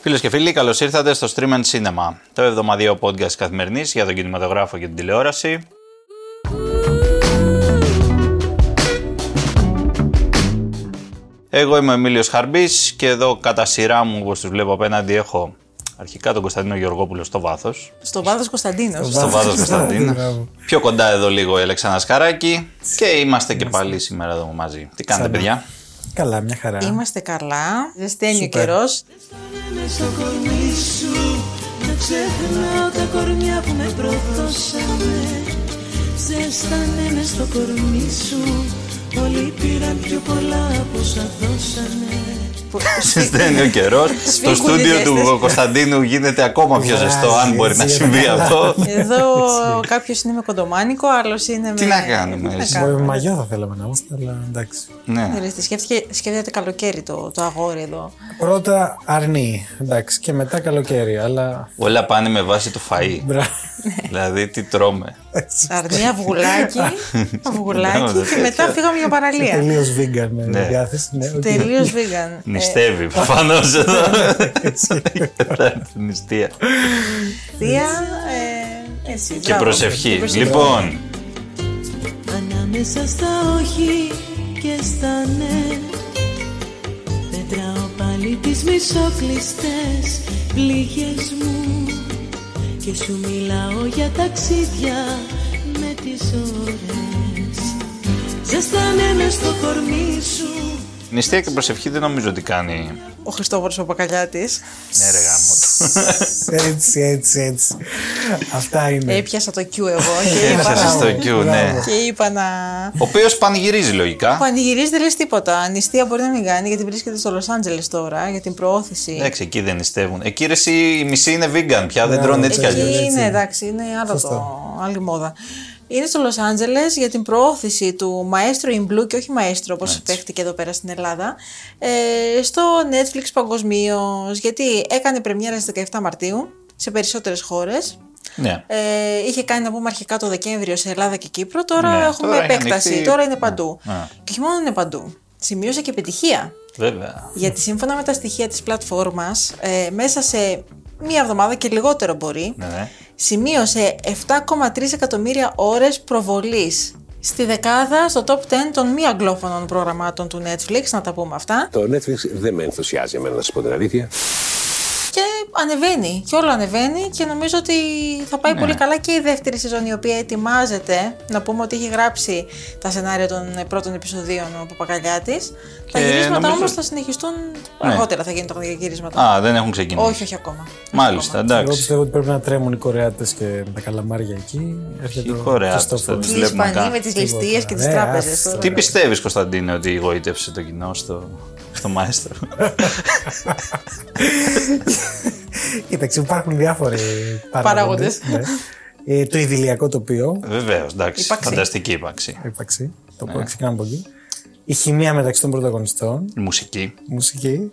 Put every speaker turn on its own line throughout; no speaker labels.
Φίλες και φίλοι, καλώς ήρθατε στο Stream and Cinema, το εβδομαδιαίο podcast καθημερινής για τον κινηματογράφο και την τηλεόραση. Εγώ είμαι ο Εμίλιος Χαρμπής και εδώ κατά σειρά μου, όπως τους βλέπω απέναντι, έχω αρχικά τον Κωνσταντίνο Γεωργόπουλο στο βάθος.
Στο βάθος Κωνσταντίνος.
Στο βάθος Κωνσταντίνο.
Μπράβο.
Πιο κοντά εδώ λίγο η Αλεξάνδρα Σκαράκη και είμαστε και πάλι σήμερα εδώ μαζί. Τι κάνετε
Ξανά.
παιδιά.
Καλά, μια
ναι.
χαρά.
Είμαστε καλά. Ζεσταίνει ο
Σούπερ.
καιρός.
Με στο κορμί σου Να ξεχνάω τα κορμιά που με προδώσανε Ζέστανε μες στο κορμί σου Όλοι πήραν πιο πολλά από όσα δώσανε
Συσταίνει ο καιρός. Στο
Σφίγγουν οι
στούντιο του
ζέστες.
Κωνσταντίνου γίνεται ακόμα πιο
Βράζει,
ζεστό, αν μπορεί να
έτσι,
συμβεί
καλά.
αυτό.
Εδώ κάποιος είναι με κοντομάνικο, άλλος είναι με. Ε,
Τι να κάνουμε, εσύ.
Μπορεί με μαγιό θα θέλαμε να είμαστε, αλλά εντάξει.
Ναι.
Ορίστε, σκέφτηκε, σκέφτεται καλοκαίρι το, το αγόρι εδώ.
Πρώτα αρνή, εντάξει, και μετά καλοκαίρι, αλλά.
Όλα πάνε με βάση το φαΐ.
Μπράβο.
Ναι.
δηλαδή τι τρώμε.
Αρνία, αυγουλάκι,
Μπράβο,
αυγουλάκι και
τέτοια.
μετά φύγαμε για παραλία.
Τελείως vegan με διάθεση. Ναι, οκ.
Τελείως vegan. Ε,
Νηστεύει προφανώ εδώ. Μετά την νηστεία.
Θεία, ε, έτσι.
Και
μπράβο.
προσευχή.
Και προσευχή.
Λοιπόν,
Ανάμεσα στα όχι και στα ναι Μετράω πάλι τις μισοκλειστές πληγές μου Και σου μιλάω για ταξίδια με τις ώρες Ζεστάνε μες στο κορμί σου
νηστεία και προσευχή δεν νομίζω ότι κάνει.
Ο Χριστόφορος ο Πακαλιάτη.
Ναι, ρε γάμο.
Έτσι, έτσι, έτσι. Αυτά είναι.
Έπιασα το Q εγώ και
Έπιασες
είπα,
στο Q, ναι.
Μπράβο.
και είπα να.
Ο οποίος πανηγυρίζει λογικά.
Πανηγυρίζει δεν λες τίποτα. Νηστεία μπορεί να μην κάνει γιατί βρίσκεται στο Λο Άντζελε τώρα για την προώθηση.
Εντάξει, εκεί δεν νηστεύουν. Εκεί ρε, εσύ, η μισή είναι vegan πια, δεν τρώνε έτσι κι
Εκεί
αλλιώ.
είναι, εντάξει, είναι άλλο το, άλλη μόδα. Είναι στο Λος Άντζελες για την προώθηση του Μαέστρο in Blue και όχι Μαέστρο όπως παίχτηκε εδώ πέρα στην Ελλάδα ε, στο Netflix παγκοσμίω. γιατί έκανε πρεμιέρα στις 17 Μαρτίου σε περισσότερες χώρες
Ναι.
ε, είχε κάνει να πούμε αρχικά το Δεκέμβριο σε Ελλάδα και Κύπρο. Τώρα
Ναι,
έχουμε
τώρα έχει
επέκταση.
ανοιχτεί.
Τώρα είναι παντού.
Ναι.
Και όχι μόνο είναι παντού. Σημείωσε και επιτυχία.
Βέβαια.
Γιατί σύμφωνα με τα στοιχεία της πλατφόρμας, ε, μέσα σε μία εβδομάδα και λιγότερο μπορεί,
Ναι, ναι.
σημείωσε 7,3 εκατομμύρια ώρες προβολής. Στη δεκάδα, στο top 10 των μη αγγλόφωνων προγραμμάτων του Netflix, να τα πούμε αυτά.
Το Netflix δεν με ενθουσιάζει εμένα, να σας πω την αλήθεια.
Και ανεβαίνει, και όλο ανεβαίνει και νομίζω ότι θα
Ναι.
πάει πολύ καλά και η δεύτερη σεζόν η οποία ετοιμάζεται. Να πούμε ότι έχει γράψει τα σενάρια των ε, πρώτων επεισοδίων ο Παπαγαλιάτης. Τα
Ε,
γυρίσματα
νομίζω-
όμως θα συνεχιστούν
Ναι.
αργότερα θα γίνουν τα γυρίσματα.
Α, δεν έχουν ξεκινήσει.
Όχι, όχι ακόμα.
Μάλιστα,
Εγώ
εντάξει.
πιστεύω ότι πρέπει να τρέμουν οι Κορεάτες και τα καλαμάρια εκεί. Έρχεται
Οι
ο
Κορεάτες,
Χριστόφορος.
τους
Οι
βλέπουμε
Ισπανοί
καν.
με τις ληστείες και τις
Ναι,
τράπεζες.
άσε.
τώρα.
Τι πιστεύεις, Κωνσταντίνε, ότι γοήτευσε το κοινό στο, στο μάιστρο.
Κοίταξε, υπάρχουν διάφοροι παράγοντες.
Παράγοντες.
Το ιδηλιακό τοπίο.
Βεβαίως, εντάξει.
Ύπαρξη.
Φανταστική ύπαρξη.
ύπαρξη. Το ναι. ξεκινάμε από εκεί. Η χημεία μεταξύ των πρωταγωνιστών.
Η μουσική.
Μουσική.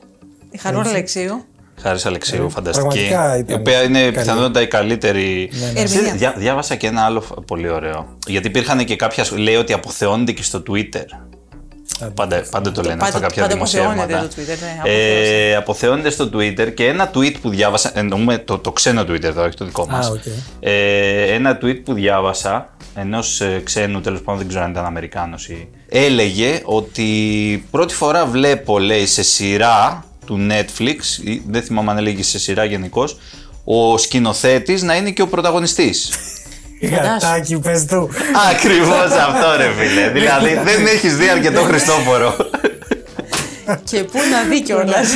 Η Χαρούλα Αλεξίου.
Χάρη Αλεξίου, φανταστική.
Ε, πραγματικά
Η
ήταν
οποία είναι
καλή.
πιθανότατα η καλύτερη.
ναι. Ερμηνεία.
Διά- διάβασα και ένα άλλο φ- πολύ ωραίο. Γιατί υπήρχαν και κάποια. σχ- Λέει ότι αποθεώνεται και στο Twitter.
Άντε.
Πάντα, πάντα το λένε
Πάντα-
αυτό κάποια
πάντα
δημοσιεύματα.
αποθεώνεται το Twitter, ναι,
ε, αποθεώνεται στο Twitter και ένα tweet που διάβασα. Εννοούμε το, το ξένο Twitter εδώ, όχι το δικό μας.
οκ.
ε, ένα tweet που διάβασα ενός ξένου, τέλος πάντων δεν ξέρω αν ήταν Αμερικάνος ή. Έλεγε ότι πρώτη φορά βλέπω, λέει, σε σειρά του Netflix, ή δεν θυμάμαι αν έλεγε σε σειρά γενικώς, ο σκηνοθέτης να είναι και ο πρωταγωνιστής.
Γατάκι, πες του.
Ακριβώς αυτό, ρε φίλε. δηλαδή
Ναι.
δεν έχεις δει αρκετό Χριστόφορο.
Και πού να δει κιόλας.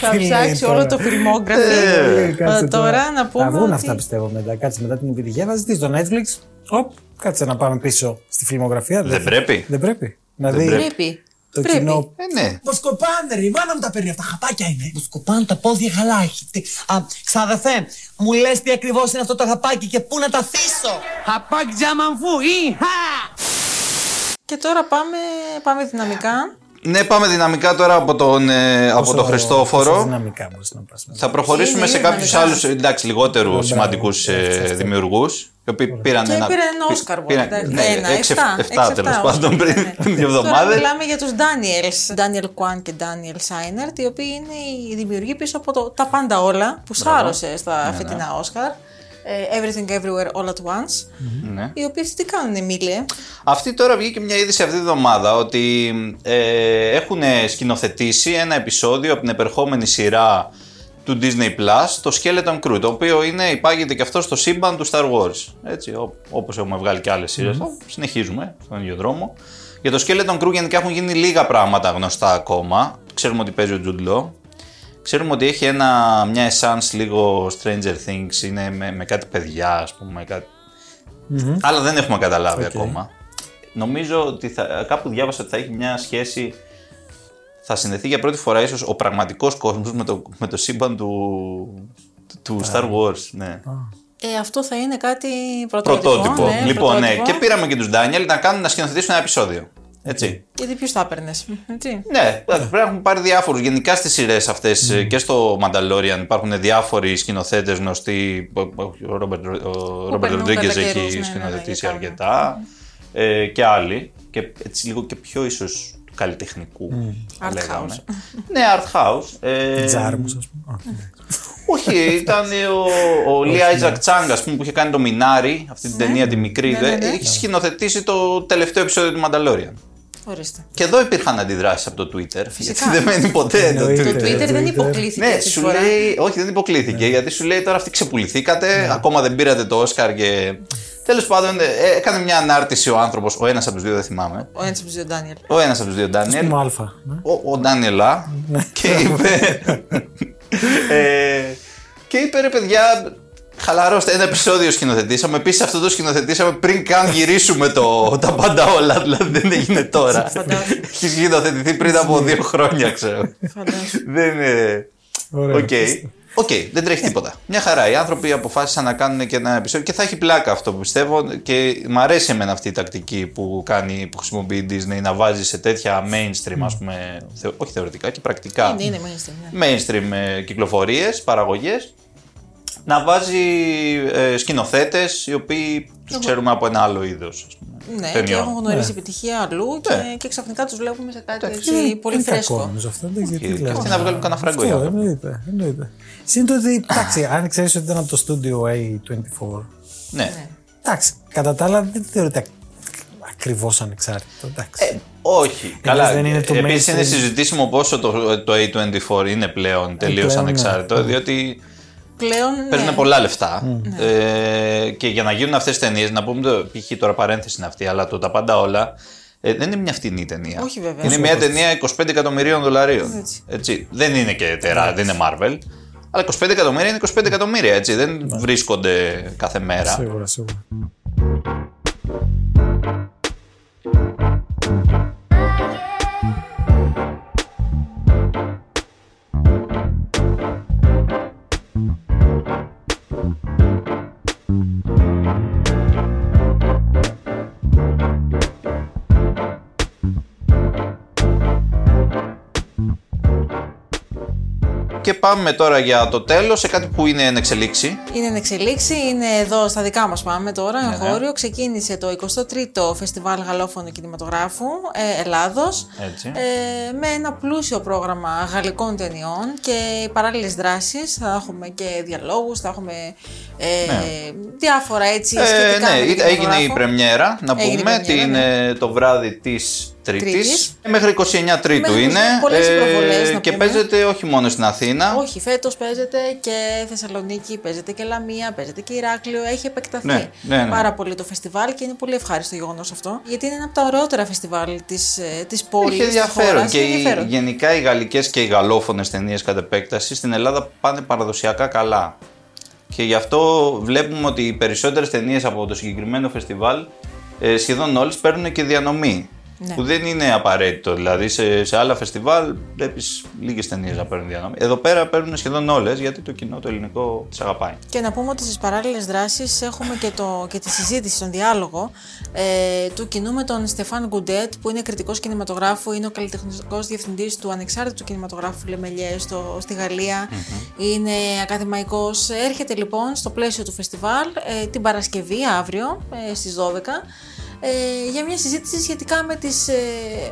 Θα
τι λέει
ψάξει
τώρα.
όλο το φιλμόγκραφι.
Ε, κάτσε
Ε, τώρα να πούμε
Θα βγουν
ότι-
αυτά πιστεύω μετά. Κάτσε μετά την επιτυχία, θα ζητήσει το Netflix. Οπ, κάτσε να πάμε πίσω στη φιλμογραφία. δηλαδή.
δεν πρέπει.
Δεν πρέπει. Να δει
Πρέπει.
το
Πρέπει.
κοινό.
Ε, ναι.
Μου σκοπάνε ρε, η μάνα μου τα παίρνει αυτά, χαπάκια είναι. Μου σκοπάνε τα πόδια καλά έχει. Τι- Α, ξαδερφέ, μου λες τι ακριβώς είναι αυτό το χαπάκι και πού να τα θύσω. Χαπάκι τζαμανφού, είχα!
Και τώρα πάμε, πάμε δυναμικά.
Ναι, πάμε δυναμικά τώρα από τον, ε, από τον
Πόσο- πόσο
Χριστόφορο.
Δυναμικά μπορείς να πας.
Θα προχωρήσουμε
Είναι,
σε
είναι,
κάποιους
είναι.
άλλους εντάξει λιγότερου σημαντικού δημιουργού. ε, Οι οποίοι πήραν
Και
ένα.
πήραν ένα
πή-
Όσκαρ.
πήραν- ναι, έξι- εφτά τέλο πάντων πριν δύο
Ναι, Τώρα
εβδομάδες.
μιλάμε για τους Daniels. Daniel Kwan και Daniel Σάινερτ, οι οποίοι είναι οι δημιουργοί πίσω από το, τα πάντα όλα που σάρωσε
Ναι,
στα φετινά Όσκαρ. Ε, Everything Everywhere All at Once.
Ναι.
Ναι.
Οι οποίοι αυτοί τι κάνουν, Μίλε.
Αυτή τώρα βγήκε μια είδηση αυτή τη εβδομάδα ότι ε, έχουν σκηνοθετήσει ένα επεισόδιο από την επερχόμενη σειρά του Disney Plus, το Skeleton Crew, το οποίο είναι, υπάγεται και αυτό στο σύμπαν του Star Wars. Έτσι, ό- όπως έχουμε βγάλει και άλλες σειρές, αλλά συνεχίζουμε στον ίδιο δρόμο. Για το Skeleton Crew γενικά έχουν γίνει λίγα πράγματα γνωστά ακόμα. Ξέρουμε ότι παίζει ο Jude Law. Ξέρουμε ότι έχει ένα, μια εσάνς λίγο Stranger Things, είναι με, με κάτι παιδιά, ας πούμε, κάτι αλλά δεν έχουμε καταλάβει ακόμα. Νομίζω ότι θα, κάπου διάβασα ότι θα έχει μια σχέση. Θα συνδεθεί για πρώτη φορά ίσως ο πραγματικός κόσμος με το, με το σύμπαν του, του Star Wars. Ναι.
Ε, αυτό θα είναι κάτι πρωτότυπο.
Πρωτότυπο.
Ναι,
λοιπόν, ναι.
πρωτότυπο.
Και πήραμε και τους Ντάνιελ να κάνουν να σκηνοθετήσουν ένα επεισόδιο. Έτσι.
Γιατί ποιος τα έπαιρνε. Έτσι.
Ναι, πρέπει να έχουμε πάρει διάφορους. Γενικά στις σειρές αυτές και στο Mandalorian υπάρχουν διάφοροι σκηνοθέτες γνωστοί. Ο- ο- Ο Ρόμπερτ- ο Ρόμπερτ
περνούν
Ροντρίγκε
κατά καιρούς,
έχει
ναι, ναι,
σκηνοθετήσει
ναι, για τα-
αρκετά. Ε, και άλλοι. Και έτσι λίγο και πιο ίσως του καλλιτεχνικού. θα
Art
λέγαμε.
house.
ναι, art house. Ε,
Τζάρμου, ας πούμε. Α, ναι.
όχι, ήταν ο, ο Λί Άιζακ Τσάνγκ, ας πούμε, που είχε κάνει το Μινάρι, αυτή την ταινία τη μικρή.
ναι. Ναι, ναι, ναι.
δε, Είχε σκηνοθετήσει το τελευταίο επεισόδιο του Mandalorian.
Ορίστε.
Και εδώ υπήρχαν αντιδράσεις από το Twitter. Γιατί δεν μένει ποτέ το
Εννοείται.
Το
Twitter.
Twitter,
Twitter δεν
Twitter.
υποκλήθηκε.
Ναι,
αυτή τη
σου
φορά.
λέει, όχι δεν υποκλήθηκε, γιατί σου λέει τώρα αυτοί ξεπουληθήκατε, ακόμα δεν πήρατε το Όσκαρ και... Τέλος πάντων, ε, έκανε μια ανάρτηση ο άνθρωπος, ο ένας από τους δύο δεν θυμάμαι,
Ο Έντσι Μπουζιο Ντάνιελ.
ο ένας από τους δύο Ντάνιελ,
Είμαι αλφα. ναι.
ο, ο Ντάνιελα και είπε... ε, και είπε ρε παιδιά, χαλαρώστε, ένα επεισόδιο σκηνοθετήσαμε, επίσης αυτό το σκηνοθετήσαμε πριν καν γυρίσουμε το, τα πάντα όλα, δηλαδή δεν έγινε τώρα.
Φαντάζομαι.
Έχει σκηνοθετηθεί πριν από δύο χρόνια, ξέρω.
Φαντάζομαι.
δεν είναι...
Ωραία.
Οκ. Οκ, δεν τρέχει τίποτα. Μια χαρά. Οι άνθρωποι αποφάσισαν να κάνουν και ένα επεισόδιο και θα έχει πλάκα αυτό που πιστεύω. Και μ' αρέσει εμένα αυτή η τακτική που, κάνει, που χρησιμοποιεί η Disney να βάζει σε τέτοια mainstream, ας πούμε. θε- όχι θεωρητικά και πρακτικά.
Είναι, είναι mainstream, ναι.
Mainstream κυκλοφορίες, παραγωγές. Να βάζει ε, σκηνοθέτες οι οποίοι τους ξέρουμε από ένα άλλο είδος.
Ναι, και έχουν γνωρίσει επιτυχία αλλού
Ναι.
και, και ξαφνικά τους βλέπουμε σε κάτι έτσι πολύ
Είναι κακό
φρέσκο.
όμως αυτό, δεν ξέρω τι
Και
λέω.
αυτοί να βγάλουν κανένα φραγκό. οι
Αυτό,
άνθρωποι.
εννοείται. εννοείται. Συν το ότι, εντάξει, αν ξέρεις ότι ήταν από το στούντιο A24,
Ναι.
εντάξει, κατά τα άλλα δεν θεωρείται ακριβώς ανεξάρτητο. Εντάξει.
Ε, Όχι. Καλά.
δεν είναι το
Επίσης
mainstream.
είναι συζητήσιμο πόσο το, το A24 είναι πλέον τελείως
πλέον, ναι.
ανεξάρτητο, διότι
Πλέον. ναι.
παίρνουν πολλά λεφτά. Ε, και για να γίνουν αυτές τι ταινίες, να πούμε το π.χ. τώρα παρένθεση είναι αυτή, αλλά το τα πάντα όλα. Ε, δεν είναι μια φτηνή ταινία.
Όχι, βέβαια.
Είναι
Όχι,
μια ταινία 25 εκατομμυρίων δολαρίων.
Έτσι.
Έτσι. Δεν είναι και τεράστια, δεν είναι Marvel. Αλλά 25 εκατομμύρια είναι 25 εκατομμύρια, έτσι. Δεν βρίσκονται κάθε μέρα.
Σίγουρα, σίγουρα.
Και πάμε τώρα για το τέλος σε κάτι που είναι εν εξελίξη.
Είναι εν εξελίξη, είναι εδώ στα δικά μας πάμε
Ναι,
τώρα, εγχώριο. Ξεκίνησε το 23ο Φεστιβάλ Γαλλόφωνου Κινηματογράφου ε, Ελλάδος
Έτσι.
ε, με ένα πλούσιο πρόγραμμα γαλλικών ταινιών και παράλληλες δράσεις. Θα έχουμε και διαλόγους, θα έχουμε ε, διάφορα έτσι
Ναι. Ε,
σχετικά
ναι,
με τον
έγινε η
κινηματογράφο.
πρεμιέρα, να
Έγινε η
πούμε,
πρεμιέρα, ναι.
την, ε, το βράδυ της Τρίτης.
Τρίτης.
Ε, Μέχρι 29 Τρίτου
Μέχρι
είναι. Ε,
πολλές οι προβολές, να
και
πούμε.
παίζεται όχι μόνο στην Αθήνα.
Όχι, φέτος παίζεται και Θεσσαλονίκη, παίζεται και Λαμία, παίζεται και Ηράκλειο. Έχει επεκταθεί
Ναι, ναι, ναι.
πάρα πολύ το φεστιβάλ και είναι πολύ ευχάριστο γεγονός αυτό. Γιατί είναι ένα από τα ωραιότερα φεστιβάλ της της πόλη.
Έχει ενδιαφέρον. Και οι-
ενδιαφέρον.
γενικά οι γαλλικές και οι γαλλόφωνες ταινίες κατ' επέκταση στην Ελλάδα πάνε παραδοσιακά καλά. Και γι' αυτό βλέπουμε ότι οι περισσότερες ταινίες από το συγκεκριμένο φεστιβάλ ε, σχεδόν όλες παίρνουν και διανομή
Ναι.
Που δεν είναι απαραίτητο. Δηλαδή σε, σε άλλα φεστιβάλ βλέπεις λίγες ταινίες να παίρνουν διανομή. Εδώ πέρα παίρνουν σχεδόν όλες γιατί το κοινό το ελληνικό τις αγαπάει.
Και να πούμε ότι στις παράλληλες δράσεις έχουμε και, το, και τη συζήτηση, τον διάλογο ε, του κοινού με τον Στεφάν Γκουντέτ που είναι κριτικός κινηματογράφου, είναι ο καλλιτεχνικός διευθυντής του ανεξάρτητου κινηματογράφου Λεμελιέ στο, στη γαλλια είναι ακαδημαϊκός. Έρχεται λοιπόν στο πλαίσιο του φεστιβάλ ε, την Παρασκευή αύριο ε, στις 12 ε, για μια συζήτηση σχετικά με, τις, ε,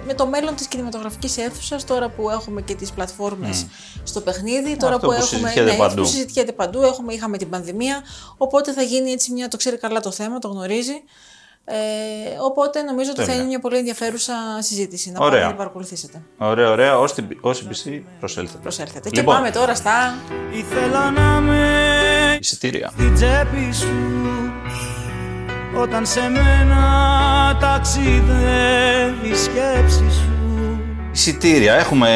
με το μέλλον της κινηματογραφικής αίθουσας τώρα που έχουμε και τις πλατφόρμες στο παιχνίδι, τώρα
Αυτό που
έχουμε
συζητιέται
ναι,
παντού.
που συζητιέται παντού, έχουμε, είχαμε την πανδημία, οπότε θα γίνει έτσι μια, το ξέρει καλά το θέμα, το γνωρίζει. Ε, οπότε νομίζω ότι θα
Τέλεια.
είναι μια πολύ ενδιαφέρουσα συζήτηση. Να
Ωραία.
πάτε να την παρακολουθήσετε.
Ωραία, ωραία. Όσοι, όσοι πιστοί προσέλθετε.
Προσέλθετε.
Λοιπόν,
Και πάμε τώρα στα.
Ήθελα να με
Εισιτήρια.
στην τσέπη σου όταν σε μένα ταξιδεύει η σκέψη σου
Εισιτήρια. Έχουμε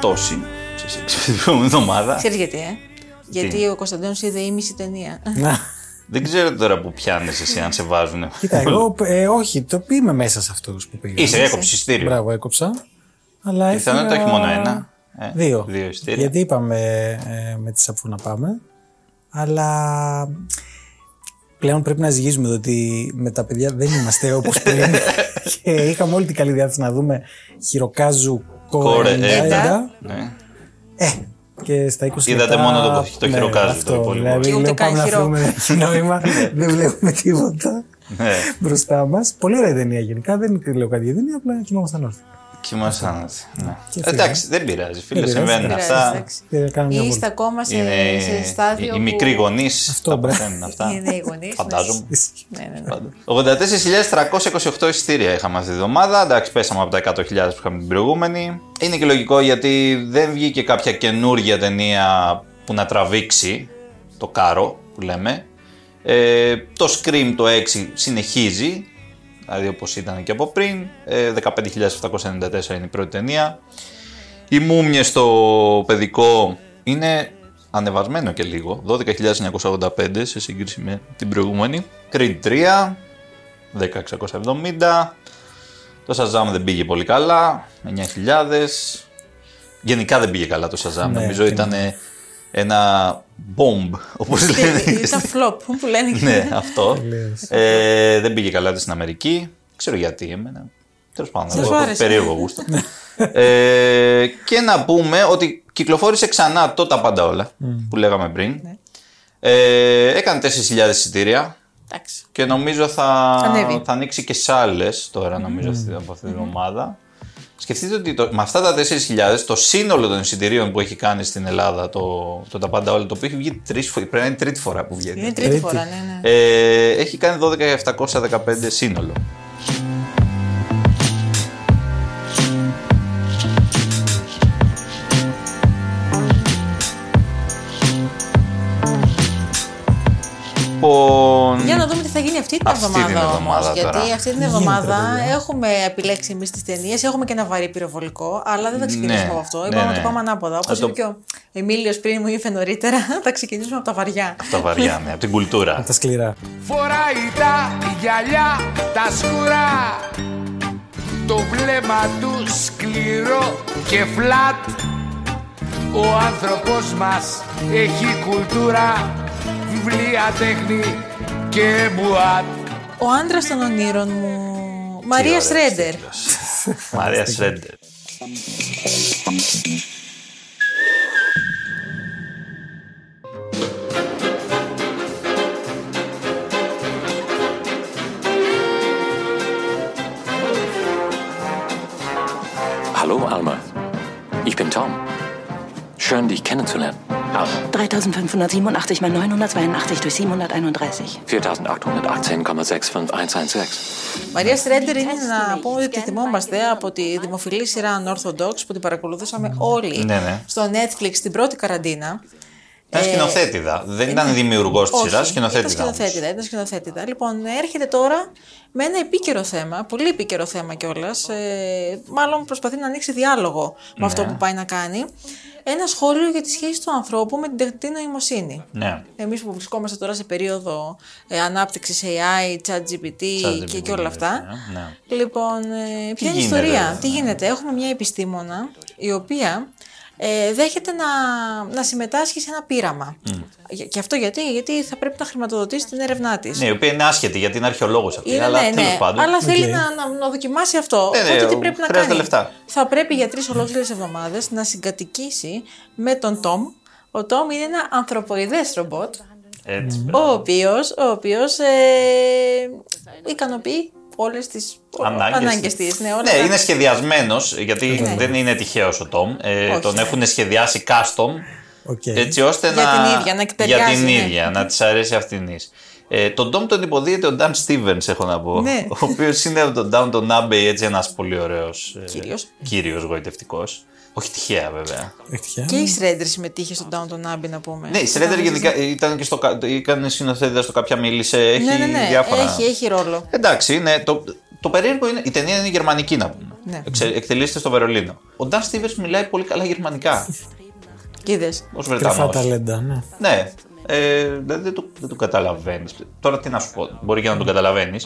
τόση σε σχέση με την προηγούμενη εβδομάδα.
Ξέρεις γιατί, ε? Γιατί ο Κωνσταντίνος είδε ήμιση ταινία.
Να.
Δεν ξέρω τώρα που πιάνεις εσύ αν σε βάζουν.
Κοίτα, εγώ ε, όχι, το είμαι μέσα σε αυτούς που πήγα.
Είσαι, έκοψες εισιτήριο.
Μπράβο, έκοψα. Αλλά έφυγα...
Πιθανότητα όχι μόνο ένα. Ε,
Δύο.
Δύο εισιτήρια.
Γιατί είπαμε ε, με τη Σαφού να πάμε. Αλλά πλέον πρέπει να ζυγίζουμε εδώ ότι με τα παιδιά δεν είμαστε όπως πριν. και είχαμε όλη την καλή διάθεση να δούμε χειροκάζου
Κόρε,
κόρε.
ε,
Έντα.
Ναι.
Ε, και στα 20
Είδατε
λεπτά-
μόνο το- το
Ναι,
χειροκάζου, το
αυτό,
υπόλοιπο.
Δηλαδή,
Και ούτε
λέω,
καν
πάμε να
χειρό.
φύγουμε, έχει νόημα, δεν βλέπουμε τίποτα
Ναι.
μπροστά μας. Πολύ ωραία η ταινία γενικά. Δεν λέω κάτι για την ταινία, απλά κοιμόμασταν όρθιοι.
Και μα άνοιξε. Ναι.
Και
Εντάξει, δεν πειράζει, φίλε,
πειράζει,
συμβαίνουν
δεν
Πειράζει,
αυτά.
εντάξει.
Ε, κάνουμε μια
Είστε
βόλτα.
ακόμα σε,
Είναι
σε
οι,
στάδιο.
οι μικροί
που-
γονείς.
Αυτό,
τα
μπράβο.
παθαίνουν αυτά.
Είναι οι γονείς
Φαντάζομαι.
Ναι, ναι, ναι.
Πάντα. 84.328 εισιτήρια είχαμε αυτή τη εβδομάδα. Εντάξει, πέσαμε από τα 100.000 που είχαμε την προηγούμενη. Είναι και λογικό γιατί δεν βγήκε κάποια καινούργια ταινία που να τραβήξει το κάρο που λέμε. Ε, το Scream το 6 συνεχίζει, δηλαδή όπως ήταν και από πριν. Ε, 15.794 είναι η πρώτη ταινία. Οι μούμιες στο παιδικό είναι ανεβασμένο και λίγο. 12.985 σε σύγκριση με την προηγούμενη. Creed 3, 10.670. Το Shazam δεν πήγε πολύ καλά, 9.000. Γενικά δεν πήγε καλά το Shazam.
Ναι,
Νομίζω
και
ήταν ένα bomb, όπως λένε.
Ήταν flop που λένε και
ναι, αυτό.
Τελείως.
ε, δεν πήγε καλά στην Αμερική. Ξέρω γιατί εμένα. Τέλος πάντων, εγώ
σου
έχω
άρεσε.
περίεργο γούστο. ε, και να πούμε ότι κυκλοφόρησε ξανά το τα πάντα όλα που λέγαμε πριν. Ε, έκανε 4.000 εισιτήρια
Εντάξει.
και νομίζω θα,
Ανέβει.
θα ανοίξει και σε άλλες τώρα, νομίζω, αυτή- από αυτή την ομάδα. Σκεφτείτε ότι το- με αυτά τα 4.000 το σύνολο των εισιτηρίων που έχει κάνει στην Ελλάδα το, το τα πάντα όλα, το οποίο έχει βγει τρεις φορέ, πρέπει να είναι τρίτη φορά που βγαίνει.
Είναι η τρίτη
Τρίτη.
φορά, ναι, ναι.
Ε, έχει κάνει 12.715 σύνολο. Λοιπόν,
Για να δούμε τι θα γίνει αυτή την
Αυτή την
εβδομάδα
εβδομάδα
όμω. Γιατί
τώρα.
αυτή την
Τι γίνεται,
εβδομάδα
παιδιά?
έχουμε επιλέξει εμείς τις ταινίες. Έχουμε και ένα βαρύ πυροβολικό, αλλά δεν θα ξεκινήσουμε
Ναι,
από αυτό.
ναι,
Είπαμε
ναι.
να το πάμε ανάποδα.
Θα
Όπω
το-
είπε και ο Εμίλιος πριν μου είπε νωρίτερα, θα ξεκινήσουμε από τα βαριά.
τα βαριά, ναι, από την κουλτούρα.
Τα σκληρά.
Φοράει τα γυαλιά τα σκουρά Το βλέμμα του σκληρό και φλατ Ο άνθρωπος μας έχει κουλτούρα Βιβλία, τέχνη και μπουάτ
Ο άντρας των ονείρων μου. Μαρία
Τι ωραίος
Σρέντερ.
τίτλος. Μαρία Σρέντερ.
Hallo Alma, ich bin Tom. Schön, dich kennenzulernen. Alma,
3587 mal 982 durch 731.
4818,65116.
Ναι.
Μαρία Στρέντερ είναι να πω ότι τη θυμόμαστε από τη δημοφιλή σειρά Unorthodox που την παρακολουθούσαμε όλοι
Ναι, ναι.
στο Netflix την πρώτη καραντίνα.
Ήταν σκηνοθέτηδα. Δεν ήταν δημιουργός της
Ε, Όχι,
σειράς,
Ήταν
σκηνοθέτηδα. όμως.
σκηνοθέτηδα, ήταν σκηνοθέτηδα. Λοιπόν, έρχεται τώρα με ένα επίκαιρο θέμα, πολύ επίκαιρο θέμα κιόλας. Ε, μάλλον προσπαθεί να ανοίξει διάλογο με αυτό που πάει να κάνει. ένα σχόλιο για τη σχέση του ανθρώπου με την τεχνητή νοημοσύνη.
Ναι.
Εμείς που βρισκόμαστε τώρα σε περίοδο ε, ανάπτυξης AI, ChatGPT και, και όλα αυτά.
Ναι, ναι.
Λοιπόν, ε, ποια είναι η
γίνεται, ναι.
ιστορία,
ρε.
τι γίνεται. Έχουμε μια επιστήμονα η οποία ε, δέχεται να, να συμμετάσχει σε ένα πείραμα. Για- Και αυτό γιατί, γιατί θα πρέπει να χρηματοδοτήσει την έρευνά της.
Ναι, η οποία είναι άσχετη γιατί είναι αρχαιολόγος αυτή.
Είναι,
αλλά
ναι,
τέλος
ναι,
πάντων.
αλλά θέλει
Οκ.
να, να, να δοκιμάσει αυτό.
Ναι, ναι,
Οπότε τι πρέπει να
χρειάζεται
κάνει.
λεφτά.
Θα πρέπει για τρεις ολόκληρες εβδομάδες να συγκατοικήσει με τον Τόμ. Ο Τόμ είναι ένα ανθρωποειδές ρομπότ,
Έτσι,
ο
μπράβο.
οποίος ο οποίος, ε, ικανοποιεί όλες τις
Ανάγκες
ανάγκες
της.
της. Ναι, όλα
Ναι,
τα- Ναι.
είναι σχεδιασμένος, γιατί δεν είναι τυχαίος ο Τόμ. Ε,
Όχι,
τον
ναι.
έχουν σχεδιάσει custom,
Οκ.
έτσι ώστε
Για
να.
την ίδια, να
Για
ταιριάζει,
την
ναι.
ίδια, να της αρέσει αυτήν. Ε, τον Τόμ τον υποδίεται ο Dan Stevens, έχω να πω.
Ναι.
Ο οποίος είναι από τον Downton Abbey, έτσι ένας πολύ ωραίος.
Κύριος.
Κύριος γοητευτικός. Όχι τυχαία, βέβαια.
Έχει τυχαία.
Και η Σρέντερ συμμετείχε στον Downton Abbey, να πούμε.
Ναι, η Σρέντερ
Ήταν-
γενικά ήταν και στο. κα- Ήταν σκηνοθέτηδα στο κάποια μίλησε. Έχει
Ναι, ναι, ναι.
διάφορα.
Έχει, έχει ρόλο.
Εντάξει, είναι, το, το περίεργο είναι. Η ταινία είναι γερμανική, να πούμε.
Ναι.
Εξε- εκτελείστε στο Βερολίνο. Ο Νταν Stevens μιλάει πολύ καλά γερμανικά.
Κοίτας.
Ω
Κρυφά
Βρετανό.
ταλέντα, ναι.
Ναι. Ε, δηλαδή δεν το, δεν το καταλαβαίνεις. Τώρα τι να σου πω, μπορεί και να τον καταλαβαίνει.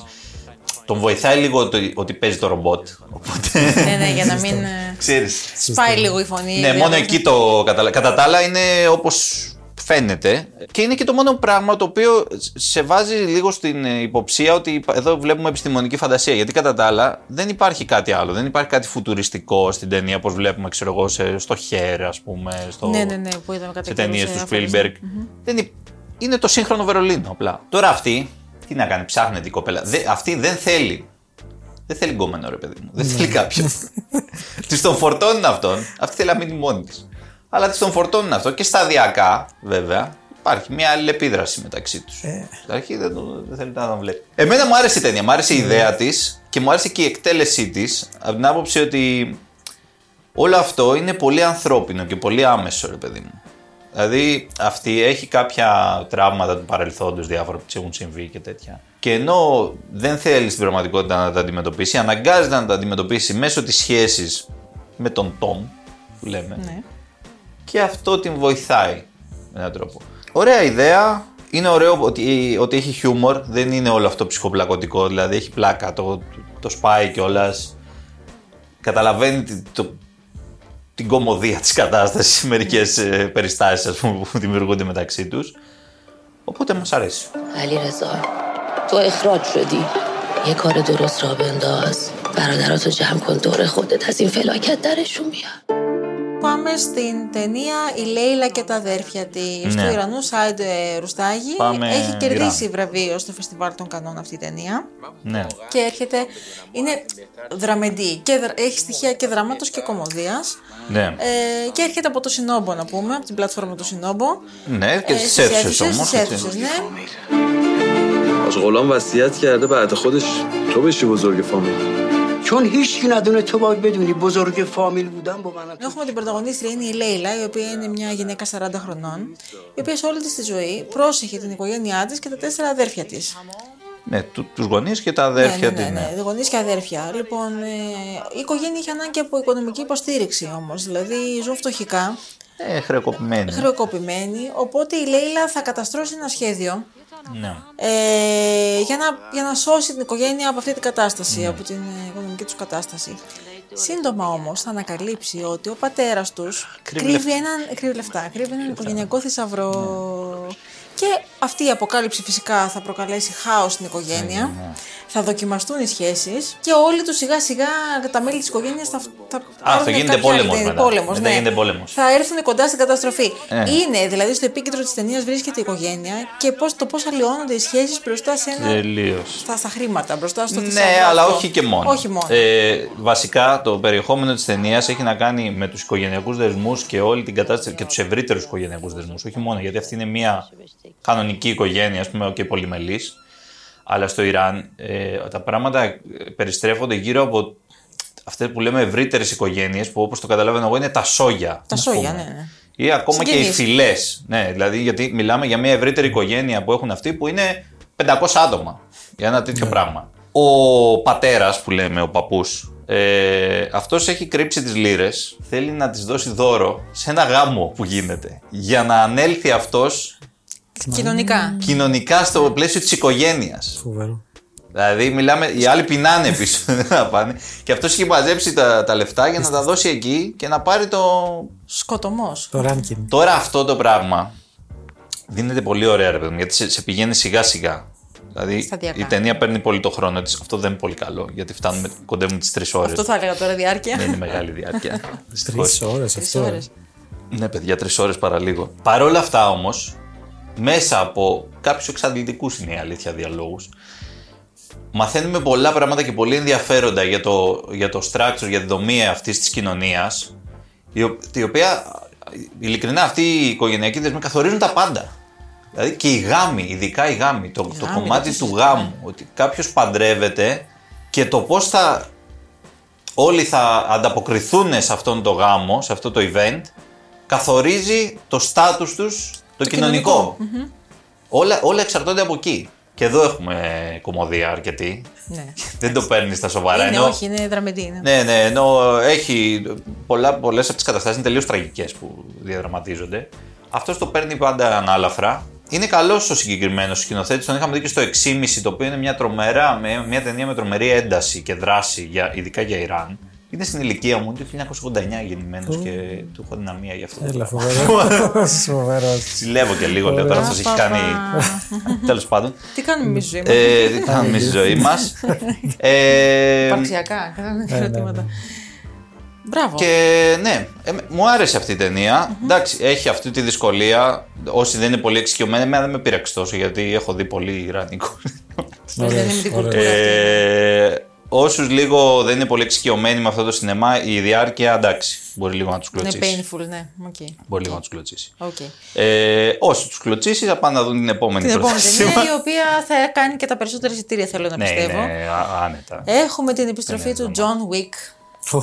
Τον βοηθάει λίγο ότι, ότι παίζει το ρομπότ. Οπότε.
ναι, ναι, για να μην. ε,
Ξέρεις.
Σπάει λίγο η φωνή.
Ναι, μόνο
διάβαζα.
εκεί το καταλαβαίνει. Κατά τα άλλα είναι όπως φαίνεται. Και είναι και το μόνο πράγμα το οποίο σε βάζει λίγο στην ε, υποψία ότι υπα- εδώ βλέπουμε επιστημονική φαντασία. Γιατί κατά τα άλλα δεν υπάρχει κάτι άλλο. Δεν υπάρχει κάτι φουτουριστικό στην ταινία όπως βλέπουμε, ξέρω εγώ, σε- στο Χέρ, ας πούμε. Στο...
Ναι, ναι, ναι, που είδαμε κατά
Σε
καιρούς,
ταινίε
ε,
του
αφορές.
Spielberg. Δεν υ- είναι το σύγχρονο Βερολίνο απλά. Τώρα αυτή, τι να κάνει, ψάχνεται η κοπέλα. Δε, αυτή δεν θέλει. Δεν θέλει γκόμενο, ρε παιδί μου. Δεν θέλει κάποιον. της τον φορτώνουν αυτόν. Αυτή θέλει να μείνει μόνη της. Αλλά τη τον φορτώνουν αυτό και σταδιακά, βέβαια, υπάρχει μια αλληλεπίδραση μεταξύ τους. Στην αρχή δεν, το, δεν θέλει να τον βλέπει. Εμένα μου άρεσε η ταινία, μου άρεσε η ιδέα της και μου άρεσε και η εκτέλεσή της από την άποψη ότι όλο αυτό είναι πολύ ανθρώπινο και πολύ άμεσο, ρε παιδί μου. Δηλαδή, αυτή έχει κάποια τραύματα του παρελθόντος, διάφορα που της έχουν συμβεί και τέτοια. Και ενώ δεν θέλει στην πραγματικότητα να τα αντιμετωπίσει, αναγκάζεται να τα αντιμετωπίσει μέσω της σχέσης με τον Τόμ, που λέμε.
Ναι.
Και αυτό την βοηθάει με έναν τρόπο. Ωραία ιδέα. Είναι ωραίο ότι, ότι έχει χιούμορ. Δεν είναι όλο αυτό ψυχοπλακωτικό. Δηλαδή, έχει πλάκα. Το, το σπάει κιόλας. Καταλαβαίνει τι- το, την κομμωδία της κατάστασης σε μερικές
Ναι.
ε, περιστάσεις ας πούμε, που δημιουργούνται μεταξύ τους. Οπότε μας αρέσει.
علی تو اخراج شدی یه کار درست را بنداز برادراتو جمع کن دور خودت از این فلاکت درشون بیار
Πάμε στην ταινία Η Λέιλα και τα αδέρφια τη
Ναι.
του Ιρανού Σάιντ ε, Ρουστάγη.
Πάμε
Έχει κερδίσει
Ιράν.
βραβείο στο Φεστιβάλ των Κανών αυτή η ταινία.
Ναι.
Και έρχεται. Είναι δραμεντή. Και, δρα- έχει στοιχεία και δράματος και κομμωδίας.
ναι.
Ε, και έρχεται από το Σινόμπο, να πούμε, από την πλατφόρμα του Σινόμπο.
ναι, και
Ε,
τις
στις
αίθουσες
αίθουσες,
όμως.
στις
έτσι.
αίθουσες, ναι.
از غلام وصیت کرده بعد خودش تو بشی بزرگ فامیل
چون هیچکی ندونه تو باید بدونی بزرگ فامیل بودن با من
Έχουμε την πρωταγωνίστρια, είναι η Λέιλα, η οποία είναι μια γυναίκα 40 χρονών, η οποία σε όλη της τη ζωή πρόσεχε την οικογένειά της και τα τέσσερα αδέρφια της.
Ναι, του, τους γονείς και τα αδέρφια
ναι,
της.
ναι,
Ναι.
ναι. Γονείς και αδέρφια. Λοιπόν, ε, η οικογένεια είχε ανάγκη από οικονομική υποστήριξη όμως. Δηλαδή, ζουν φτωχικά,
Ε, χρεοκοπημένοι.
χρεοκοπημένοι. Οπότε η Λέιλα θα καταστρώσει ένα σχέδιο
Ναι.
ε, για, να, για να σώσει την οικογένεια από αυτή την κατάσταση,
Ναι.
από την ε, οικονομική τους κατάσταση. Σύντομα όμως θα ανακαλύψει ότι ο πατέρας τους κρύβει, έναν, κρύβει λεφτά, κρύβει
ναι.
έναν οικογενειακό θησαυρό. Και αυτή η αποκάλυψη φυσικά θα προκαλέσει χάος στην
Ναι,
οικογένεια. Θα δοκιμαστούν οι σχέσεις και όλοι τους σιγά σιγά τα μέλη της οικογένειας θα, θα πάρουν
θα γίνεται
κάποια άλλη
πόλεμος
τέ-
μετά.
πόλεμος,
Μετά
ναι.
γίνεται πόλεμος.
Θα έρθουν κοντά στην καταστροφή.
Ε.
Είναι, δηλαδή, στο επίκεντρο της ταινίας βρίσκεται η οικογένεια και πώς, το πώς αλλοιώνονται οι σχέσεις μπροστά σε ένα.
Τελείως.
Στα, στα χρήματα, μπροστά στο
Ε, Ναι,
θησαυρό
αλλά
αυτό.
όχι και μόνο.
Όχι μόνο.
Ε, βασικά το περιεχόμενο της ταινίας έχει να κάνει με τους οικογενειακούς δεσμούς και όλη την κατάσταση και τους ευρύτερους οικογενειακούς δεσμούς. Όχι μόνο γιατί αυτή είναι μια κανονική οικογένεια, ας πούμε, και πολυμελής. Αλλά στο Ιράν ε, τα πράγματα ε, περιστρέφονται γύρω από αυτές που λέμε ευρύτερες οικογένειες που όπως το καταλαβαίνω εγώ είναι τα σόγια.
Τα
ας
σόγια,
πούμε.
ναι, ναι.
Ή ακόμα και οι
Συγγενείς.
φυλές. Ναι, δηλαδή γιατί μιλάμε για μια ευρύτερη οικογένεια που έχουν αυτοί που είναι 500 άτομα για ένα τέτοιο πράγμα. Ο πατέρας που λέμε, ο παππούς, Ε, αυτός έχει κρύψει τις λίρες, θέλει να τις δώσει δώρο σε ένα γάμο που γίνεται. Για να ανέλθει αυτός
Κοινωνικά.
κοινωνικά στο πλαίσιο της οικογένειας.
Φοβερό.
Δηλαδή, μιλάμε, οι άλλοι πεινάνε πίσω δεν θα πάνε. Και αυτός έχει μαζέψει τα, τα λεφτά για να τα δώσει εκεί και να πάρει το.
Σκοτωμός.
Το ranking.
Τώρα αυτό το πράγμα δίνεται πολύ ωραία, ρε παιδί μου, γιατί σε, σε πηγαίνει σιγά σιγά. Δηλαδή,
Σταδιακά.
η ταινία παίρνει πολύ το χρόνο της. Αυτό δεν είναι πολύ καλό, γιατί φτάνουμε, κοντεύουμε τις τρεις ώρες.
Αυτό θα έλεγα τώρα διάρκεια.
Δεν είναι μεγάλη διάρκεια.
Τρεις ώρε αυτό. ε.
ώρες.
Ναι, παιδιά, τρεις ώρες παραλίγο. Παρ' όλα αυτά όμως, μέσα από κάποιους εξαντλητικούς είναι η αλήθεια διαλόγους, μαθαίνουμε πολλά πράγματα και πολύ ενδιαφέροντα για το, για το structure, για τη δομή αυτής της κοινωνίας, η, ο- η οποία ειλικρινά αυτή η οικογενειακή δεσμή καθορίζουν τα πάντα. Δηλαδή και οι γάμοι, ειδικά οι γάμοι, το, το
γάμοι,
κομμάτι του γάμου, ότι κάποιος παντρεύεται και το πώς θα όλοι θα ανταποκριθούν σε αυτόν τον γάμο, σε αυτό το event, καθορίζει το στάτους τους, το, κοινωνικό.
Μμμ.
Όλα, όλα εξαρτώνται από εκεί. Και εδώ έχουμε κομμωδία αρκετή.
Ναι.
Δεν το παίρνει στα σοβαρά.
Είναι,
ενώ-
όχι, είναι δραμετή. είναι.
Ναι, ναι, ενώ έχει πολλά, πολλές από τις καταστάσεις είναι τελείως τραγικές που διαδραματίζονται. Αυτός το παίρνει πάντα ανάλαφρα. Είναι καλός ο συγκεκριμένος σκηνοθέτης, τον είχαμε δει και στο 6,5, το οποίο είναι μια, τρομερά, με- μια ταινία με τρομερή ένταση και δράση, για, ειδικά για Ιράν. Είναι στην ηλικία μου, είναι το 1989 γεννημένος και του έχω δυναμία για αυτό. το
Έλα,
πράγμα.
φοβερός. Φοβερός.
Συλλεύω και λίγο, λέω τώρα,
Ωραία.
αυτός έχει κάνει... Τέλος πάντων.
Τι κάνουμε εμείς ζωή μας.
Ε, τι κάνουμε εμείς στη ζωή μας. Ε,
Υπαρξιακά, κάναμε ερωτήματα. Μπράβο.
Και ναι, ε, μου άρεσε αυτή η ταινια Εντάξει, έχει αυτή τη δυσκολία. Όσοι δεν είναι πολύ εξοικειωμένοι, εμένα δεν με πείραξε τόσο γιατί έχω δει πολύ Ιρανικό.
Δεν είναι με την κουλτούρα.
Ε, Όσους λίγο δεν είναι πολύ εξοικειωμένοι με αυτό το σινεμά, η διάρκεια εντάξει, μπορεί λίγο να τους
Είναι
κλωτσίσει.
painful, ναι. Οκ.
Μπορεί λίγο να τους κλωτσίσει.
Οκ.
Ε, όσοι τους κλωτσίσει, θα πάνε να δουν την επόμενη
Την επόμενη
πρόταση.
Λοιπόν, ταινία, η οποία θα κάνει και τα περισσότερα εισιτήρια, θέλω να
Ναι,
πιστεύω. Ε,
ναι, α- άνετα.
Έχουμε την επιστροφή του John Wick.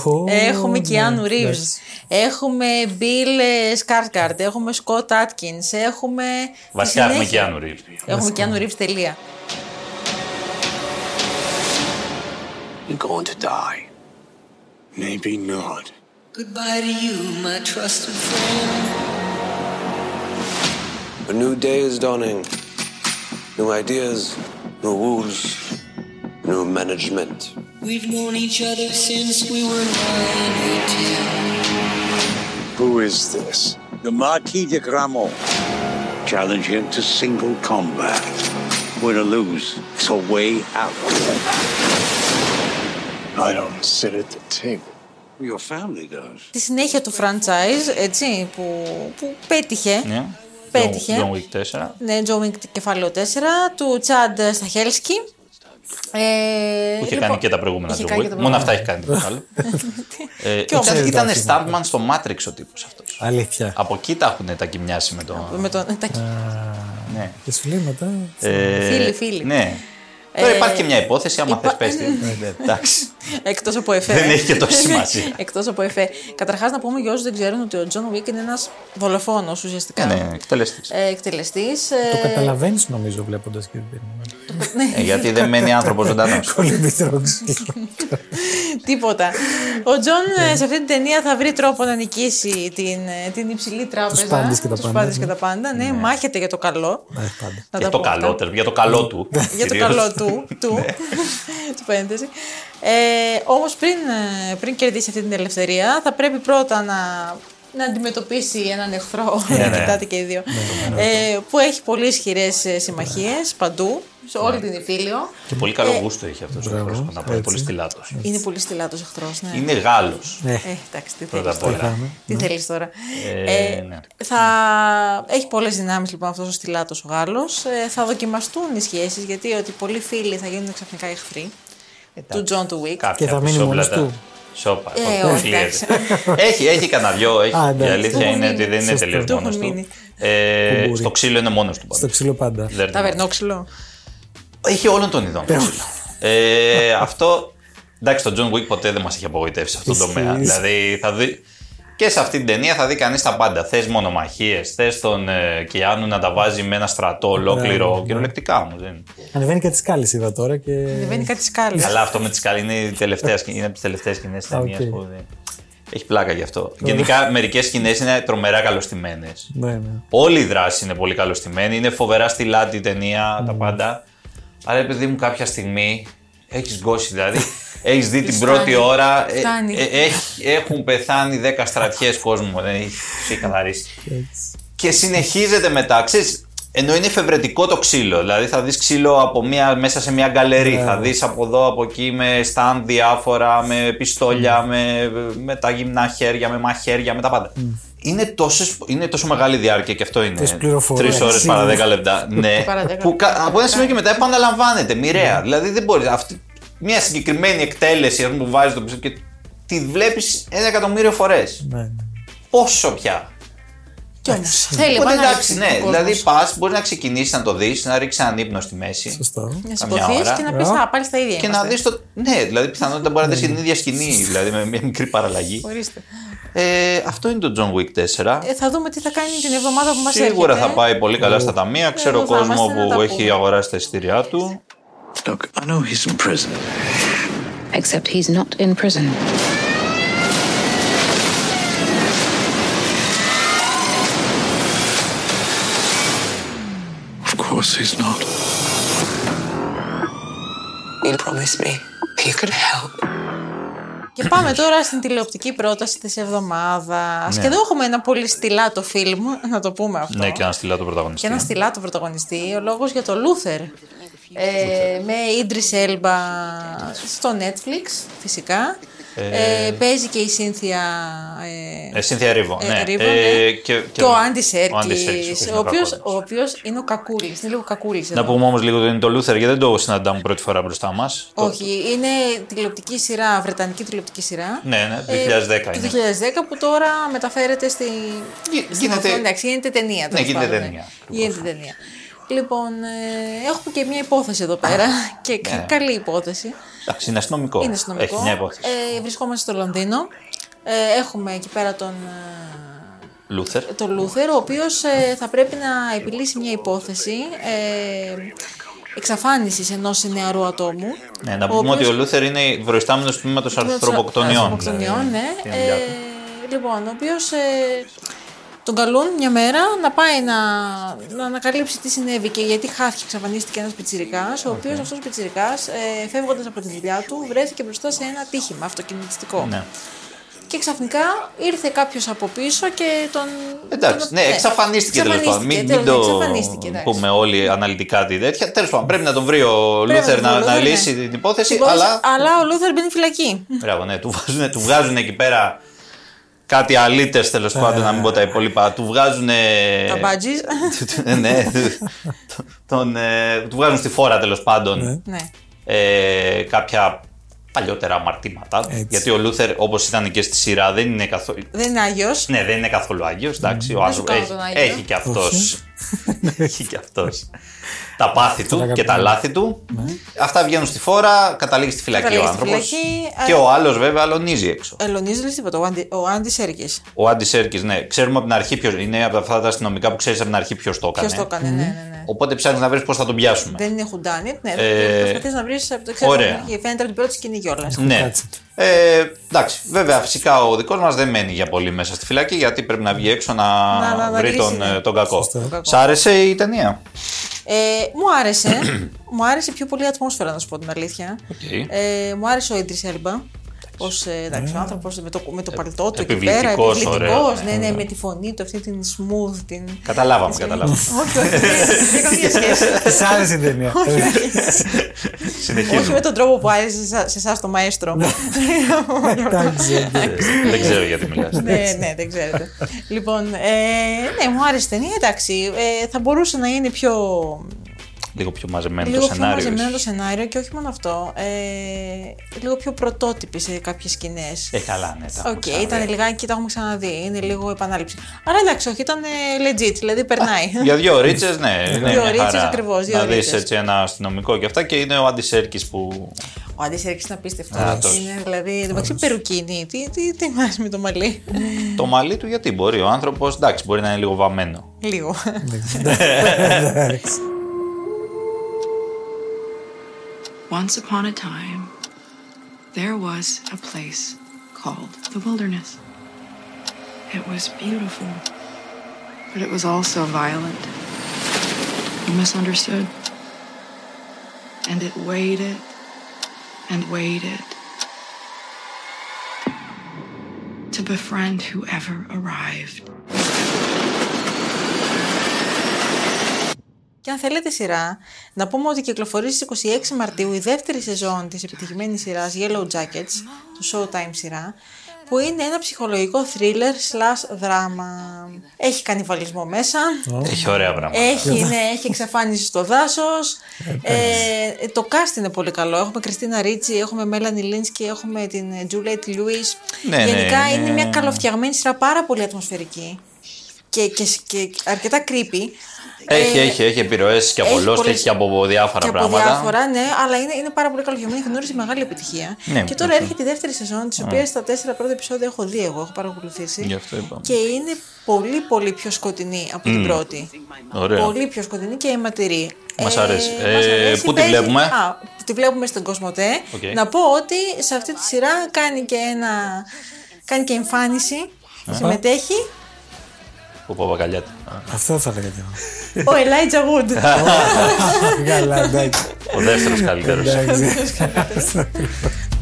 Ω,
Έχουμε
ναι,
Keanu Reeves.
εντάξει.
Έχουμε Bill ε, Skarsgård. Έχουμε Scott Atkins. Έχουμε.
Βασικά
στη
έχουμε
συνέχεια-
Keanu Reeves.
Έχουμε Keanu Reeves. Τελεία.
You're going to die. Maybe not.
Goodbye to you, my trusted friend.
A new day is dawning. New ideas, new rules, new management.
We've known each other since we were nine or ten.
Who is this? The Marquis de Gramont. Challenge him to single combat. Win or lose, it's a way out. I don't sit at the table. Your family does.
Τη συνέχεια του franchise, έτσι, που, που πέτυχε.
Ναι.
Πέτυχε.
John Wick 4.
Ναι, John Wick κεφάλαιο 4, του Τσάντ Σταχέλσκι. Ε,
Που είχε
λοιπόν,
κάνει και τα προηγούμενα
είχε
του
κάνει και
Wick.
τα
Μόνο αυτά έχει
προηγούμενα.
κάνει το άλλο. ε,
Και όμως-
ήταν- ήταν
Εντάξει.
stuntman στο Matrix ο τύπος αυτός.
Αλήθεια.
Από εκεί τα έχουν τα κοιμιάσει με το...
Με τον. τα-
Ναι.
Και σου λέει μετά.
Ε,
Φίλοι, φίλοι.
Ναι. Τώρα
Ε, ναι.
υπάρχει και μια υπόθεση, άμα θες πες τη. Ε, Εντάξει.
Εκτός από εφέ.
Δεν έχει και τόση σημασία.
Εκτός από εφέ. Καταρχάς, να πούμε για όσους δεν ξέρουν ότι ο Τζον Wick είναι ένας δολοφόνος ουσιαστικά.
Ναι, εκτελεστής.
Ε, Εκτελεστής.
Το καταλαβαίνεις νομίζω βλέποντας και την ταινία.
Ε, Γιατί δεν μένει άνθρωπος ζωντανός.
Κολυμπή στο ξύλο.
Τίποτα. Ο Τζον
Ναι.
ε, σε αυτή την ταινία θα βρει τρόπο να νικήσει την, ε, την υψηλή τράπεζα.
πάντες και τα
Τους
πάντα,
πάντες
ναι.
και τα πάντα. Ναι, μάχεται για το καλό. Να
Για
τα
Ε, το
πω αυτά.
καλό, τελ- για το καλό του.
Για το
κυρίως. Ναι.
καλό του. του. του παρένθεσης. Ε, Όμως πριν, ε, πριν κερδίσει αυτή την ελευθερία, θα πρέπει πρώτα να, να αντιμετωπίσει έναν εχθρό.
Ναι, ναι.
Κοιτάτε και οι δύο.
ναι,
ε, που έχει πολύ ισχυρές συμμαχίες παντού, σε όλη
Ναι.
την Ιφίλιο.
Και πολύ
Ε,
καλό γούστο έχει αυτός ο εχθρός, να πω, είναι πολύ στυλάτος.
Είναι πολύ στυλάτο εχθρός. Ναι.
Είναι Γάλλος.
Ε, εντάξει, τι
Πρώτα
θέλει
απ' όλα.
τώρα. Τι θέλεις τώρα.
Ε,
Ε,
ναι.
θα... Έχει πολλές δυνάμεις λοιπόν αυτός ο στυλάτο ο Γάλλος. Ε, θα δοκιμαστούν οι σχέσεις γιατί ότι πολλοί φίλοι θα γίνουν ξαφνικά εχθροί. του Τζον του Βικ.
Κάποια
Και θα
από
μείνει
τις
μόνος
όπλατα.
του.
Σόπα,
Ε,
αυτό
όχι,
κλείεται.
εντάξει.
Έχει, έχει κανένα δυο, έχει.
Α, εντάξει.
Η
Του
αλήθεια
έχουν
είναι
μείνει.
ότι δεν είναι
Σωστό.
τελείως
Του
μόνος
έχουν
του.
μείνει.
Ε,
Κουμπούρι.
στο ξύλο είναι μόνος του
Στο
πάντως.
ξύλο πάντα.
Δεν είναι μόνος.
Ταβερνόξυλο.
Έχει όλων των ειδών. το ξύλο. ε, αυτό. Εντάξει, το John Wick ποτέ δεν μας έχει απογοητεύσει σε αυτόν τον
Ισχύει.
τομέα. δηλαδή, θα δει. Και σε αυτή την ταινία θα δει κανείς τα πάντα. Θες μονομαχίες, θες τον ε, Κιάνου να τα βάζει με ένα στρατό
Ναι,
ολόκληρο.
Μπράβο.
Κυριολεκτικά όμως. Δεν...
Ανεβαίνει και τι κάλε είδα τώρα και.
Ανεβαίνει κάτι σκάλι.
Αλλά αυτό με τη σκάλη είναι, η τελευταία σκηνή- είναι από τις τελευταίες σκηνές της
Α, οκ.
ταινία που δει. Έχει πλάκα γι' αυτό. Γενικά μερικές σκηνές είναι τρομερά καλωστημένες.
Ναι, ναι.
Όλη η δράση είναι πολύ καλωστημένη. Είναι φοβερά στυλάτη η ταινία, τα πάντα. Άρα, ρε παιδί μου, κάποια στιγμή έχεις γκώσει, δηλαδή. Έχεις δει την
Φτάνει.
πρώτη ώρα. ε,
Φτάνει.
ε, έχ- έχουν πεθάνει 10 στρατιέ κόσμο. Δεν έχει έχει καθαρίσει. Και συνεχίζεται μετά. Ξέρεις, ενώ είναι εφευρετικό το ξύλο. Δηλαδή θα δεις ξύλο από μια, μέσα σε μια γκαλερί.
Μπράβο.
Θα δεις από εδώ, από εκεί με στάν διάφορα, με πιστόλια,
Ναι.
με, με τα γυμνά χέρια, με μαχαίρια, με τα πάντα. Είναι, τόσες, είναι τόσο μεγάλη διάρκεια και αυτό είναι.
Τις πληροφορίες.
Τρεις ώρες παρά 10 λεπτά. ναι.
Παρά δέκα Ναι.
που κα- από ένα σημείο και μετά επαναλαμβάνεται μοιραία.
Ναι.
Δηλαδή δεν μπορεί. Αυτή, μια συγκεκριμένη εκτέλεση ας πούμε, που βάζει το πιστόλι και τη βλέπεις ένα εκατομμύριο φορές.
Ναι.
Πόσο πια.
Κι όμω. Θέλει
Οπότε εντάξει,
επανάληψη ο
ναι.
κόσμος.
Δηλαδή πας, μπορείς να ξεκινήσεις να το δεις, να ρίξεις έναν ύπνο στη μέση.
Σωστό.
Να σηκωθείς και να πεις Α, πάλι στα ίδια.
Και να
είμαστε».
δεις το. Ναι, δηλαδή πιθανότητα μπορεί να δει την ίδια σκηνή, δηλαδή με μια μικρή παραλλαγή.
Ορίστε.
Ε, αυτό είναι το John Wick 4.
Ε, θα δούμε τι θα κάνει την εβδομάδα που μας έρχεται.
Σίγουρα θα πάει πολύ καλά στα ταμεία. Ξέρω
εδώ θα
κόσμο
είμαστε να τα
που
πούμε.
έχει αγοράσει τα εισιτήριά του.
Look, I know he's in prison.
Except he's not in prison.
Of course he's not.
You promised me you could help.
Και πάμε τώρα στην τηλεοπτική πρόταση της εβδομάδας.
Ναι.
Και εδώ έχουμε ένα πολύ στυλάτο φιλμ, να το πούμε αυτό.
Ναι, και ένα στυλά το
Και
πρωταγωνιστή.
ένα στυλάτο πρωταγωνιστή, ο λόγος για το Λούθερ. Ε, με Ίντρις Έλμπα στο Netflix, φυσικά.
Ε,
Ε, παίζει και η Σύνθια ε,
Ε, Cynthia Erivo,
ε,
ναι.
Erivo,
Ε, και-
ναι. και,
και-
ο Άντι
ο Άντι
Σέρκης,
Σέρκης,
ο,
ο
οποίος-
κακός.
ο οποίος είναι ο κακούλης, είναι λίγο κακούλης.
Να
εδώ.
πούμε όμως λίγο ότι είναι το Λούθερ, γιατί δεν το συναντάμε πρώτη φορά μπροστά μας.
Όχι, είναι τηλεοπτική σειρά, βρετανική τηλεοπτική σειρά.
Ναι, ναι,
Ε,
2010
του
είναι.
2010 που τώρα μεταφέρεται στη.
γίνεται- Ναι,
οθόνη. Εντάξει, γίνεται ταινία. τέλος
γίνεται
πάντων, ναι.
ταινία,
Γίνεται ταινία. Λοιπόν, ε, έχουμε και μια υπόθεση εδώ πέρα. και κα-
Ναι.
καλή υπόθεση.
Εντάξει, είναι αστυνομικό.
Είναι αστυνομικό.
Έχει μια υπόθεση.
Ε, βρισκόμαστε στο Λονδίνο. Ε, έχουμε εκεί πέρα τον,
Λούθερ.
ε, τον Λούθερ, ο οποίος θα πρέπει να επιλύσει μια υπόθεση ε, εξαφάνισης ενός νεαρού ατόμου.
Ναι, να
ο
πούμε ότι
οποίος-
ο Λούθερ είναι προϊστάμενο του τμήματο αρθροποκτονιών.
Αρθροποκτονιών, ναι.
την
Ε,
δουλειά του.
λοιπόν, ο οποίος τον καλούν μια μέρα να πάει να, να ανακαλύψει τι συνέβη και γιατί χάθηκε, εξαφανίστηκε ένας πιτσυρικά, ο οποίος αυτός ο πιτσυρικά, ε, φεύγοντας από τη δουλειά του, βρέθηκε μπροστά σε ένα τύχημα αυτοκινητιστικό.
Ναι.
Και ξαφνικά ήρθε κάποιος από πίσω και τον.
Εντάξει,
τον-
ναι, εξαφανίστηκε τέλος πάντων. Μην, μην
τέλος,
το
εξαφανίστηκε, εντάξει.
πούμε όλοι αναλυτικά τη τέτοια. Τέλος πάντων, πρέπει να τον βρει ο
Πρέπει
Λούθερ
τον
να,
βρει ο
να
Λούθερ,
λύσει
ναι.
την υπόθεση,
Λοιπόν,
αλλά.
αλλά ο Λούθερ μπαίνει φυλακή.
Μπράβο, ναι, του βγάζουν, του βγάζουν εκεί πέρα κάτι αλήτες τέλος πάντων, να μην πω τα υπόλοιπα. Του βγάζουν.
Τα μπάτζι.
ναι, τον, ε, του βγάζουν στη φόρα τέλος πάντων
ναι.
ε, κάποια παλιότερα αμαρτήματα. Γιατί ο Λούθερ, όπως ήταν και στη σειρά, δεν είναι καθόλου.
Δεν είναι Άγιος.
Ναι, δεν είναι καθόλου άγιος. Εντάξει, ο
Δεν
άνθρωπο
σου κάνω
έχει,
τον Άγιο.
έχει και αυτός.
Όχι.
έχει και αυτός. τα πάθη του και τα
αγαπημένα.
λάθη του. Αυτά βγαίνουν στη φόρα, καταλήγει στη φυλακή ο
Καταλήγει στη
άνθρωπος.
φυλακή,
Και
ε,
ο άλλος βέβαια αλωνίζει έξω.
Ελονίζει τίποτα, ο Άντι- ο Άντι Σέρκης.
Ο Άντι Σέρκη, ναι, ξέρουμε από την αρχή ποιος είναι, από αυτά τα αστυνομικά που ξέρεις από την αρχή ποιος το έκανε.
Ποιος το έκανε, ναι, ναι, ναι.
Οπότε ψάχνεις να βρεις πώς θα τον πιάσουμε.
Δεν είναι χουντάνι. Ναι,
Ε,
προσπαθεί να βρεις από το ξέρω.
ωραία.
Φαίνεται από την πρώτη σκηνή κιόλας.
Ναι. Ε, εντάξει, βέβαια φυσικά ο δικός μας δεν μένει για πολύ μέσα στη φυλακή γιατί πρέπει να βγει έξω να,
Να- να- να
βρει
λύσει,
τον, ε,
ναι.
τον κακό.
Τον κακό.
Σ' άρεσε η ταινία.
Ε, μου άρεσε. μου άρεσε πιο πολύ η ατμόσφαιρα, να σου πω την αλήθεια.
Οκ. Ε.
Ε, μου άρεσε ο Ιντρι Έλμπα. ε, Ω άνθρωπος με το, με το παλτό του εκεί πέρα.
επιβλητικός, ωραίος,
ναι,
ναι.
ναι, με τη φωνή του, αυτή την smooth. Την...
Καταλάβαμε, καταλάβαμε.
όχι, όχι, δεν είχα καμία σχέση.
Τη άρεσε η ταινία.
όχι
Συνεχίζουμε.
με τον τρόπο που άρεσε σε- σε εσάς το μαέστρο.
Εντάξει.
δεν ξέρω γιατί μιλάς.
ναι, ναι, δεν ξέρετε. λοιπόν, ε, ναι, μου άρεσε η ταινία. Εντάξει, ε, θα μπορούσε να είναι πιο
λίγο πιο μαζεμένο
Λίγο
το
πιο
σενάριο.
μαζεμένο
ίσως.
το σενάριο και όχι μόνο αυτό. Ε, λίγο πιο πρωτότυπη σε κάποιες σκηνές.
Ε, καλά, ναι. τα έχουμε
Οκ,
ξαναδεί.
ήταν λιγάκι, τα έχουμε ξαναδεί. Είναι λίγο επανάληψη. Αλλά εντάξει, όχι, ήταν ε, legit, δηλαδή περνάει.
Για δύο ρίτσε, ναι.
Δύο
είναι μια
ρίτσες
χαρά.
ακριβώς, δύο
Να δει
ρίτσες.
έτσι ένα αστυνομικό και αυτά και είναι ο Αντισέρκη που.
Ο Άντι Σέρκης είναι απίστευτος.
Α, τόσο.
Είναι δηλαδή εν τω μεταξύ περουκίνη. Τι, τι, τι μάζεις με το μαλλί.
Το μαλλί του γιατί μπορεί. Ο άνθρωπος, εντάξει, μπορεί να είναι λίγο βαμμένο.
λίγο.
Once upon a time, there was a place called the wilderness. It was beautiful, but it was also violent and misunderstood. And it waited and waited to befriend whoever arrived.
Και αν θέλετε σειρά, να πούμε ότι κυκλοφορεί στις 26 Μαρτίου η δεύτερη σεζόν της επιτυχημένης σειράς Yellow Jackets, του Showtime σειρά, που είναι ένα ψυχολογικό thriller slash δράμα. Έχει κανιβαλισμό μέσα.
Έχει ωραία πράγματα.
Έχει, ναι, έχει εξαφάνιση στο δάσος. ε, το cast είναι πολύ καλό. Έχουμε Κριστίνα Ρίτσι, έχουμε Μέλανη Λίνσκι, έχουμε την Τζούλετ Λούις.
Ναι, ναι,
Γενικά
είναι-
είναι μια καλοφτιαγμένη σειρά πάρα πολύ ατμοσφαιρική και, και, και αρκετά creepy.
Έχει,
Ε,
έχει, έχει επιρροές και από
έχει
Lost,
πολλές-
έχει και από διάφορα
και από
πράγματα.
διάφορα, ναι, αλλά είναι, είναι πάρα πολύ καλοφτιαγμένη. Γνώρισε μεγάλη επιτυχία.
Ναι,
και τώρα
αυτό.
έρχεται η δεύτερη σεζόν, τη
Α.
οποία τα τέσσερα πρώτα επεισόδια έχω δει εγώ, έχω παρακολουθήσει.
Γι' αυτό είπαμε.
Και είναι πολύ, πολύ πιο σκοτεινή από
Μμ.
την πρώτη.
Ωραία.
Πολύ πιο σκοτεινή και αιματηρή.
Μας αρέσει. Ε,
μας αρέσει.
πού τη βλέπουμε?
Α, τη βλέπουμε στον Κοσμοτέ.
Οκ.
Να πω ότι σε αυτή τη σειρά κάνει και, ένα, κάνει και εμφάνιση.
Α.
Συμμετέχει
Ο Παπακαλιάτη.
Αυτό θα έλεγα κι εγώ.
ο Elijah Wood.
Καλά, εντάξει.
Ο δεύτερος καλύτερος.
Εντάξει.